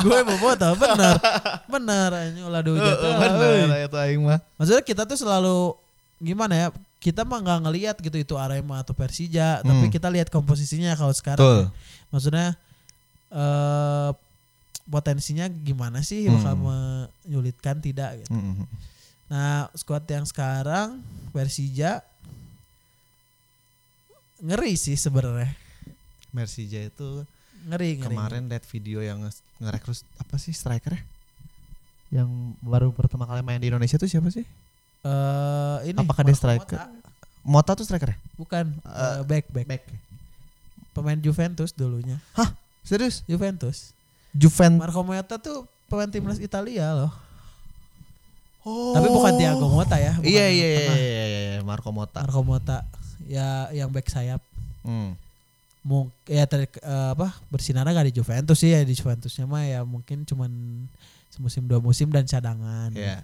Speaker 1: gue bobotoh bener bener anjing ulah dulu jatuh. Euy.
Speaker 2: benar itu aing mah
Speaker 1: Maksudnya kita tuh selalu gimana ya? Kita mah nggak ngelihat gitu itu Arema atau Persija, tapi
Speaker 2: Hmm.
Speaker 1: kita lihat komposisinya kalau sekarang.
Speaker 2: Betul.
Speaker 1: ya. Maksudnya eh potensinya gimana sih
Speaker 2: Hmm.
Speaker 1: bakal menyulitkan tidak gitu.
Speaker 2: Mhm.
Speaker 1: Nah, squad yang sekarang Persija ngeri sih sebenarnya.
Speaker 2: Persija itu
Speaker 1: Ngeri, ngeri.
Speaker 2: kemarin lihat video yang nge- ngerekrut apa sih ya? strikernya yang baru pertama kali main di Indonesia tuh siapa sih
Speaker 1: Eh, ini
Speaker 2: Apakah dia
Speaker 1: Marco
Speaker 2: striker?
Speaker 1: Mota.
Speaker 2: Mota tuh striker ya?
Speaker 1: Bukan, eh, back back.
Speaker 2: back
Speaker 1: Pemain Juventus dulunya.
Speaker 2: serius
Speaker 1: Juventus.
Speaker 2: Juven
Speaker 1: Marco Mota tuh pemain timnas Italia loh.
Speaker 2: oh.
Speaker 1: Tapi bukan Thiago Motta ya. bukan
Speaker 2: iya
Speaker 1: yang
Speaker 2: iya iya
Speaker 1: tengah.
Speaker 2: iya, iya, iya, Marco Mota
Speaker 1: Marco Mota ya yang back sayap.
Speaker 2: Hmm.
Speaker 1: Mung ya ter, eh, apa bersinar gak di Juventus sih ya di Juventusnya mah ya mungkin cuman semusim dua musim dan cadangan.
Speaker 2: Iya.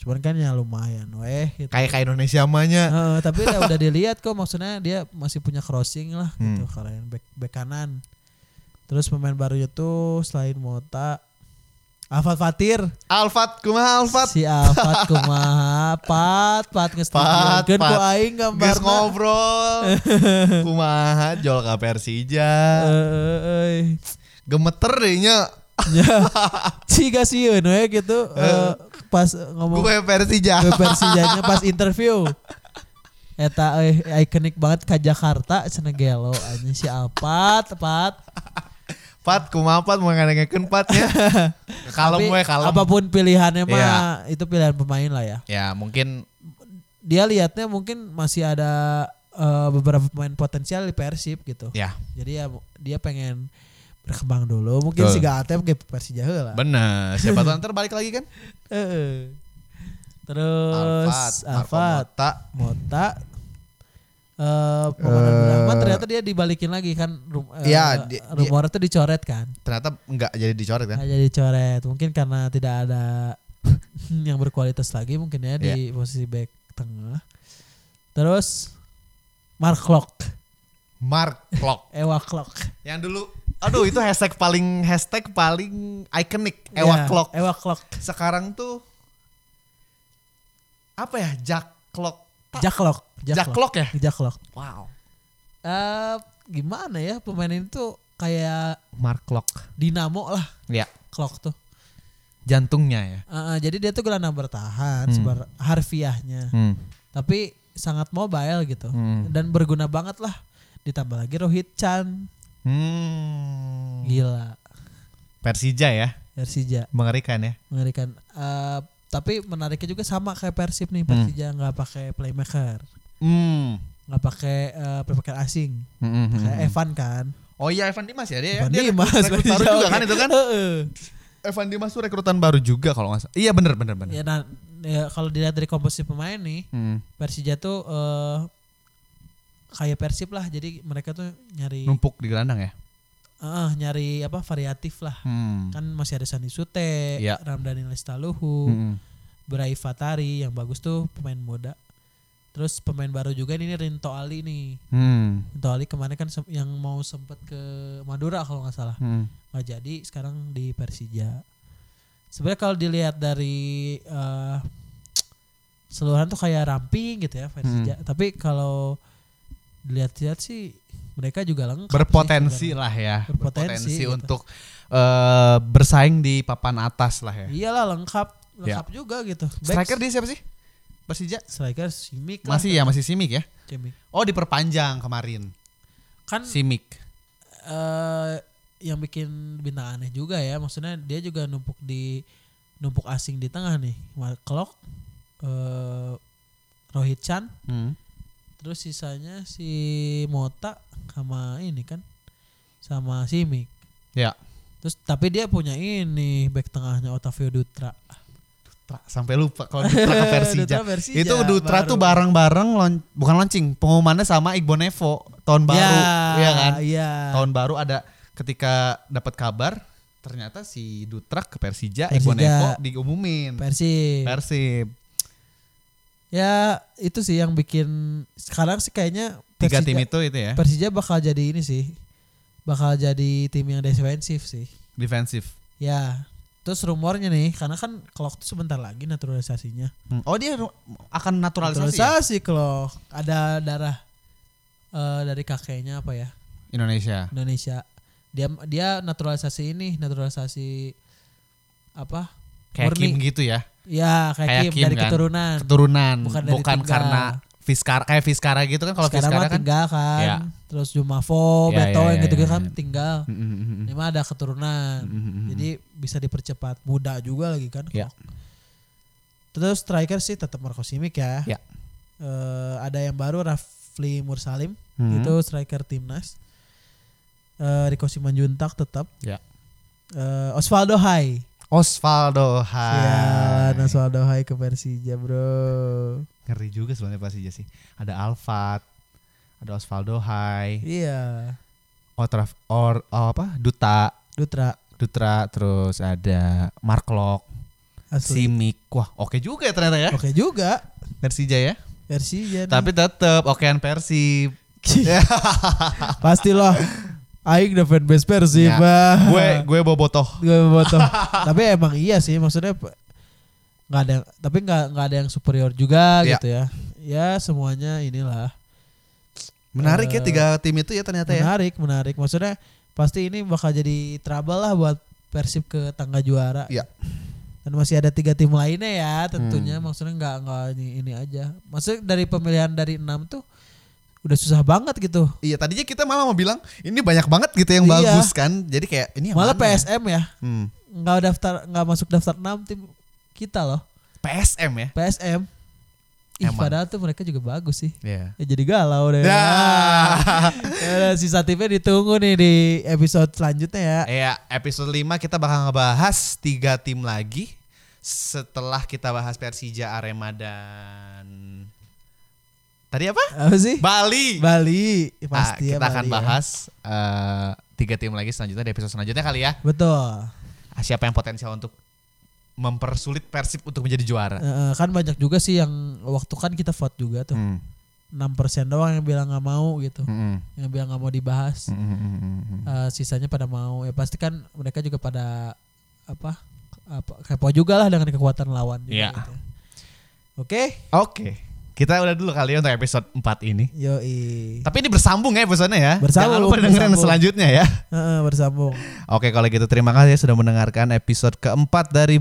Speaker 1: Cuman kan ya lumayan weh gitu.
Speaker 2: kayak kayak Indonesia mahnya
Speaker 1: Eh, tapi udah, udah dilihat kok maksudnya dia masih punya crossing lah
Speaker 2: Hmm.
Speaker 1: gitu kalian back, back kanan. Terus pemain baru itu selain Mota Afat Fatir
Speaker 2: Alfat kumaha Alfat
Speaker 1: Si Afat kumaha Pat Pat
Speaker 2: Pat,
Speaker 1: ngestudiokeun ku
Speaker 2: Pat.
Speaker 1: aing
Speaker 2: Gas
Speaker 1: gambarna
Speaker 2: ngobrol kumaha jol
Speaker 1: Eh,
Speaker 2: ka Persija
Speaker 1: Heeh, euy.
Speaker 2: gemeter deh nya
Speaker 1: Ya. Ciga sieun we gitu eh, pas ngomong
Speaker 2: gue Persija
Speaker 1: ke Persijanya pas interview. Eta eh, euy ikonik banget ka Jakarta cenah gelo anjing si Alpat tepat
Speaker 3: Pat, kumaha Pat mau ngadengekeun Pat ya.
Speaker 2: Kalem
Speaker 1: Tapi
Speaker 2: we kalem.
Speaker 1: Apapun pilihannya mah
Speaker 2: Iya.
Speaker 1: itu pilihan pemain lah ya.
Speaker 2: Ya mungkin
Speaker 1: Dia lihatnya mungkin masih ada eh, beberapa pemain potensial di Persib gitu.
Speaker 2: ya
Speaker 1: Jadi ya dia pengen berkembang dulu. Mungkin
Speaker 2: Betul.
Speaker 1: si Gatem ke Persija heula.
Speaker 2: bener. Siapa tahu ntar balik lagi kan?
Speaker 1: Heeh. Terus
Speaker 3: Marco
Speaker 1: Alfat,
Speaker 3: Mota.
Speaker 1: Mota eh Muhammad Abdurrahman ternyata dia dibalikin lagi kan rum, eh,
Speaker 3: Iya, di- di-
Speaker 1: rumornya tuh dicoret kan.
Speaker 3: Ternyata enggak jadi dicoret kan?
Speaker 1: Nah, jadi coret. Mungkin karena tidak ada yang berkualitas lagi mungkin ya di
Speaker 3: Iya.
Speaker 1: posisi back tengah. Terus Mark Klok,
Speaker 3: Mark Klok.
Speaker 1: Ewa Klok.
Speaker 2: Yang dulu
Speaker 3: Aduh, itu hashtag paling hashtag paling ikonik
Speaker 1: Ya,
Speaker 3: Ewa Klok.
Speaker 1: Ewa Klok.
Speaker 3: Sekarang tuh apa ya? Jack Klok.
Speaker 1: Jaklok,
Speaker 3: Jack
Speaker 1: Jaklok.
Speaker 3: Klok ya?
Speaker 1: Jaklok.
Speaker 3: Wow.
Speaker 1: Eh, gimana ya pemain ini tuh kayak
Speaker 3: Mark Klok.
Speaker 1: dinamo lah
Speaker 3: Ya,
Speaker 1: Klok tuh.
Speaker 3: jantungnya ya.
Speaker 1: Eh, eh, jadi dia tuh gelandang bertahan
Speaker 3: Hmm.
Speaker 1: sebar harfiahnya.
Speaker 3: Hmm.
Speaker 1: Tapi sangat mobile gitu
Speaker 3: Hmm.
Speaker 1: dan berguna banget lah. Ditambah lagi Rohit Chan.
Speaker 3: Hmm.
Speaker 1: Gila.
Speaker 3: Persija ya,
Speaker 1: Persija
Speaker 3: mengerikan ya.
Speaker 1: mengerikan. Eh, tapi menariknya juga sama kayak Persib nih Persija nggak pakai playmaker,
Speaker 3: Hmm.
Speaker 1: nggak pakai eh, playmaker asing, kayak
Speaker 2: Hmm.
Speaker 1: Evan kan.
Speaker 3: Oh iya Evan Dimas ya dia.
Speaker 1: Evan
Speaker 3: ya? Dia
Speaker 1: Dimas
Speaker 3: rekrut baru juga kan itu kan?
Speaker 1: Heeh.
Speaker 3: Evan Dimas tuh rekrutan baru juga kalau nggak salah. Iya bener bener bener.
Speaker 1: ya, nah, ya, kalau dilihat dari komposisi pemain nih,
Speaker 3: Hmm.
Speaker 1: Persija tuh eh, kayak Persib lah, jadi mereka tuh nyari
Speaker 3: Numpuk di gelandang ya.
Speaker 1: eh, nyari apa variatif lah.
Speaker 3: Hmm.
Speaker 1: Kan masih ada Sandi Sute,
Speaker 2: Ya.
Speaker 3: Iya.
Speaker 1: Ramdhani Lestaluhu,
Speaker 3: Hmm.
Speaker 1: Brai Fatari yang bagus tuh pemain muda. Terus pemain baru juga ini Rinto Ali nih.
Speaker 3: Hmm.
Speaker 1: Rinto Ali kemarin kan sem- yang mau sempet ke Madura kalau nggak salah.
Speaker 3: Hmm.
Speaker 1: Nggak jadi sekarang di Persija. Sebenarnya kalau dilihat dari eh seluruhan tuh kayak ramping gitu ya Persija.
Speaker 2: Hmm.
Speaker 1: Tapi kalau dilihat-lihat sih mereka juga lengkap. sih
Speaker 2: berpotensi
Speaker 1: sebenarnya.
Speaker 2: lah ya.
Speaker 1: Berpotensi, gitu.
Speaker 2: untuk eh, bersaing di papan atas lah ya.
Speaker 1: Iyalah lengkap, lengkap juga gitu. Back-
Speaker 3: Striker dia siapa sih? Persija.
Speaker 1: striker Simic lah.
Speaker 2: Masih ya masih simik ya.
Speaker 1: Simic.
Speaker 2: Oh diperpanjang kemarin
Speaker 1: Kan
Speaker 2: simik.
Speaker 1: eh yang bikin bintang aneh juga ya maksudnya dia juga numpuk di numpuk asing di tengah nih Mark Klok eh Rohit Chan
Speaker 2: Hmm.
Speaker 1: terus sisanya si Mota sama ini kan sama Simic
Speaker 2: Ya.
Speaker 1: terus tapi dia punya ini back tengahnya Otavio Dutra
Speaker 2: Tra- Sampai lupa kalau Dutra ke Persija.
Speaker 1: Dutra Persija,
Speaker 2: Itu Dutra
Speaker 1: baru.
Speaker 2: tuh bareng-bareng lon- bukan launching, pengumumannya sama Igbo Nevo tahun baru,
Speaker 1: ya,
Speaker 2: iya kan?
Speaker 1: iya.
Speaker 2: Tahun baru ada ketika dapat kabar ternyata si Dutra ke
Speaker 1: Persija.
Speaker 2: Persija, Igbo Nevo diumumin.
Speaker 1: Persib
Speaker 2: Persib.
Speaker 1: ya itu sih yang bikin sekarang sih kayaknya
Speaker 2: Tiga
Speaker 1: Persija-
Speaker 2: tim itu itu ya,
Speaker 1: Persija bakal jadi ini sih. Bakal jadi tim yang defensif sih.
Speaker 2: defensif.
Speaker 1: Ya. Terus rumornya nih, karena kan Klok tuh sebentar lagi naturalisasinya.
Speaker 2: Hmm. Oh dia ru- akan naturalisasi ya?
Speaker 1: Naturalisasi Klok. Ada darah eh, dari kakeknya apa ya?
Speaker 2: Indonesia.
Speaker 1: Indonesia. Dia dia naturalisasi ini, naturalisasi apa?
Speaker 2: Kayak
Speaker 1: Murni.
Speaker 2: Kim gitu ya.
Speaker 1: Ya, kayak,
Speaker 2: Kayak
Speaker 1: Kim,
Speaker 2: Kim
Speaker 1: dari
Speaker 2: kan.
Speaker 1: keturunan.
Speaker 2: Keturunan
Speaker 1: Bukan
Speaker 2: bukan,
Speaker 1: dari tinggal.
Speaker 2: karena Fiskara kayak Fiskara gitu kan kalau
Speaker 1: Sekarang
Speaker 2: Fiskara
Speaker 1: mah
Speaker 2: kan.
Speaker 1: tinggal kan.
Speaker 2: Ya.
Speaker 1: Terus Jumafo,
Speaker 2: Ya,
Speaker 1: Beto
Speaker 2: ya,
Speaker 1: yang
Speaker 2: ya,
Speaker 1: gitu-gitu
Speaker 2: ya,
Speaker 1: kan
Speaker 2: ya.
Speaker 1: tinggal.
Speaker 2: Mm, mm, mm, mm.
Speaker 1: Ini mah ada
Speaker 2: Hmm,
Speaker 1: keturunan. Iya, Jadi bisa dipercepat. Muda juga lagi kan.
Speaker 2: Ya.
Speaker 1: Terus striker sih tetap Marco Simic ya.
Speaker 2: Ya.
Speaker 1: Eh, ada yang baru Rafli Mursalim
Speaker 2: Mhm.
Speaker 1: hmm. itu striker timnas. Eh Rico Simanjuntak tetap.
Speaker 2: Ya.
Speaker 1: Eh, Osvaldo Hai.
Speaker 2: Hmm. Osvaldo Hai.
Speaker 1: Ya, Osvaldo Hai ke Persija, Bro.
Speaker 2: Ngeri juga sebenarnya Persija sih. Ada Alfat, ada Osvaldo Hai,
Speaker 1: Iya.
Speaker 2: Otraf or oh, apa? Duta,
Speaker 1: Dutra
Speaker 2: Dutra terus ada Mark Lok,
Speaker 1: asli.
Speaker 2: Simic. Wah, oke juga ya ternyata ya.
Speaker 1: Oke juga
Speaker 2: Persija ya.
Speaker 1: Persija. nih.
Speaker 2: Tapi tetap okean Persib.
Speaker 1: pastilah aing the fanbase Persib.
Speaker 2: Ya.
Speaker 1: Bah.
Speaker 2: gue gue bobotoh.
Speaker 1: gue botoh. tapi emang iya sih maksudnya p- nggak ada tapi nggak nggak ada yang superior juga
Speaker 2: Iya.
Speaker 1: gitu ya ya semuanya inilah
Speaker 2: Menarik ya
Speaker 1: Eh,
Speaker 2: tiga tim itu ya ternyata ya.
Speaker 1: menarik menarik maksudnya pasti ini bakal jadi trouble lah buat persib ke tangga juara
Speaker 2: Iya.
Speaker 1: dan masih ada tiga tim lainnya ya tentunya maksudnya nggak nggak ini, ini aja maksudnya dari pemilihan dari enam tuh udah susah banget gitu.
Speaker 3: Iya tadinya kita malah mau bilang ini banyak banget gitu yang
Speaker 1: Iya.
Speaker 3: bagus kan. Jadi kayak ini yang
Speaker 1: Malah
Speaker 3: mana ya?
Speaker 1: PSM ya
Speaker 3: Hmm.
Speaker 1: nggak daftar nggak masuk daftar 6 tim kita loh
Speaker 2: PSM ya.
Speaker 1: PSM. Ih,
Speaker 2: Emang.
Speaker 1: padahal tuh mereka juga bagus sih.
Speaker 2: Iya.
Speaker 1: Ya jadi galau deh.
Speaker 2: Ya.
Speaker 1: Ya udah, sisa tipnya ditunggu nih di episode selanjutnya ya.
Speaker 2: Ya, episode 5 kita bakal ngebahas tiga tim lagi setelah kita bahas Persija, Arema dan tadi apa?
Speaker 1: Apa sih?
Speaker 2: Bali.
Speaker 1: Bali
Speaker 2: Nah,
Speaker 1: pasti ya.
Speaker 2: kita akan
Speaker 1: Bali ya.
Speaker 2: bahas eh, tiga tim lagi selanjutnya di episode selanjutnya kali ya.
Speaker 1: Betul.
Speaker 2: Siapa yang potensial untuk mempersulit Persib untuk menjadi juara?
Speaker 1: Eh, kan banyak juga sih yang waktu kan kita vote juga tuh.
Speaker 2: Hmm,
Speaker 1: 6% doang yang bilang nggak mau gitu.
Speaker 2: hmm,
Speaker 1: Yang bilang nggak mau dibahas.
Speaker 2: hmm, hmm, hmm, hmm, hmm.
Speaker 1: Eh, sisanya pada mau. Ya pasti kan mereka juga pada apa? apa kepo juga lah dengan kekuatan lawan juga
Speaker 2: Iya.
Speaker 1: gitu ya. Oke.
Speaker 2: Oke, kita udah dulu kali ya untuk episode 4 ini.
Speaker 1: Yoi.
Speaker 2: Tapi ini bersambung ya episodenya ya.
Speaker 1: Iya. Bersambung,
Speaker 2: Jangan lupa dengerin
Speaker 1: bersambung.
Speaker 2: selanjutnya ya.
Speaker 1: Heeh, bersambung.
Speaker 2: Oke kalau gitu terima kasih sudah mendengarkan episode keempat dari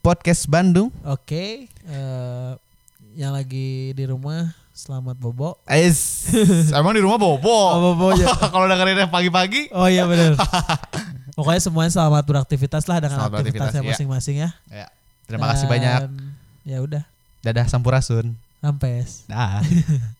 Speaker 2: podcast Bandung.
Speaker 1: Oke, eh, yang lagi di rumah selamat bobo.
Speaker 2: Ais, emang di rumah bobo.
Speaker 1: Oh, bobo ya.
Speaker 2: kalau dengerin yang pagi-pagi.
Speaker 1: Oh iya benar. Pokoknya semuanya selamat beraktivitas lah dengan
Speaker 2: Selamat
Speaker 1: aktivitasnya
Speaker 2: beraktivitas, iya.
Speaker 1: masing-masing ya.
Speaker 2: Ya,
Speaker 1: Nah.
Speaker 2: terima kasih
Speaker 1: Dan,
Speaker 2: banyak.
Speaker 1: Ya udah,
Speaker 2: Dadah Sampurasun.
Speaker 1: sampes.
Speaker 2: Dah.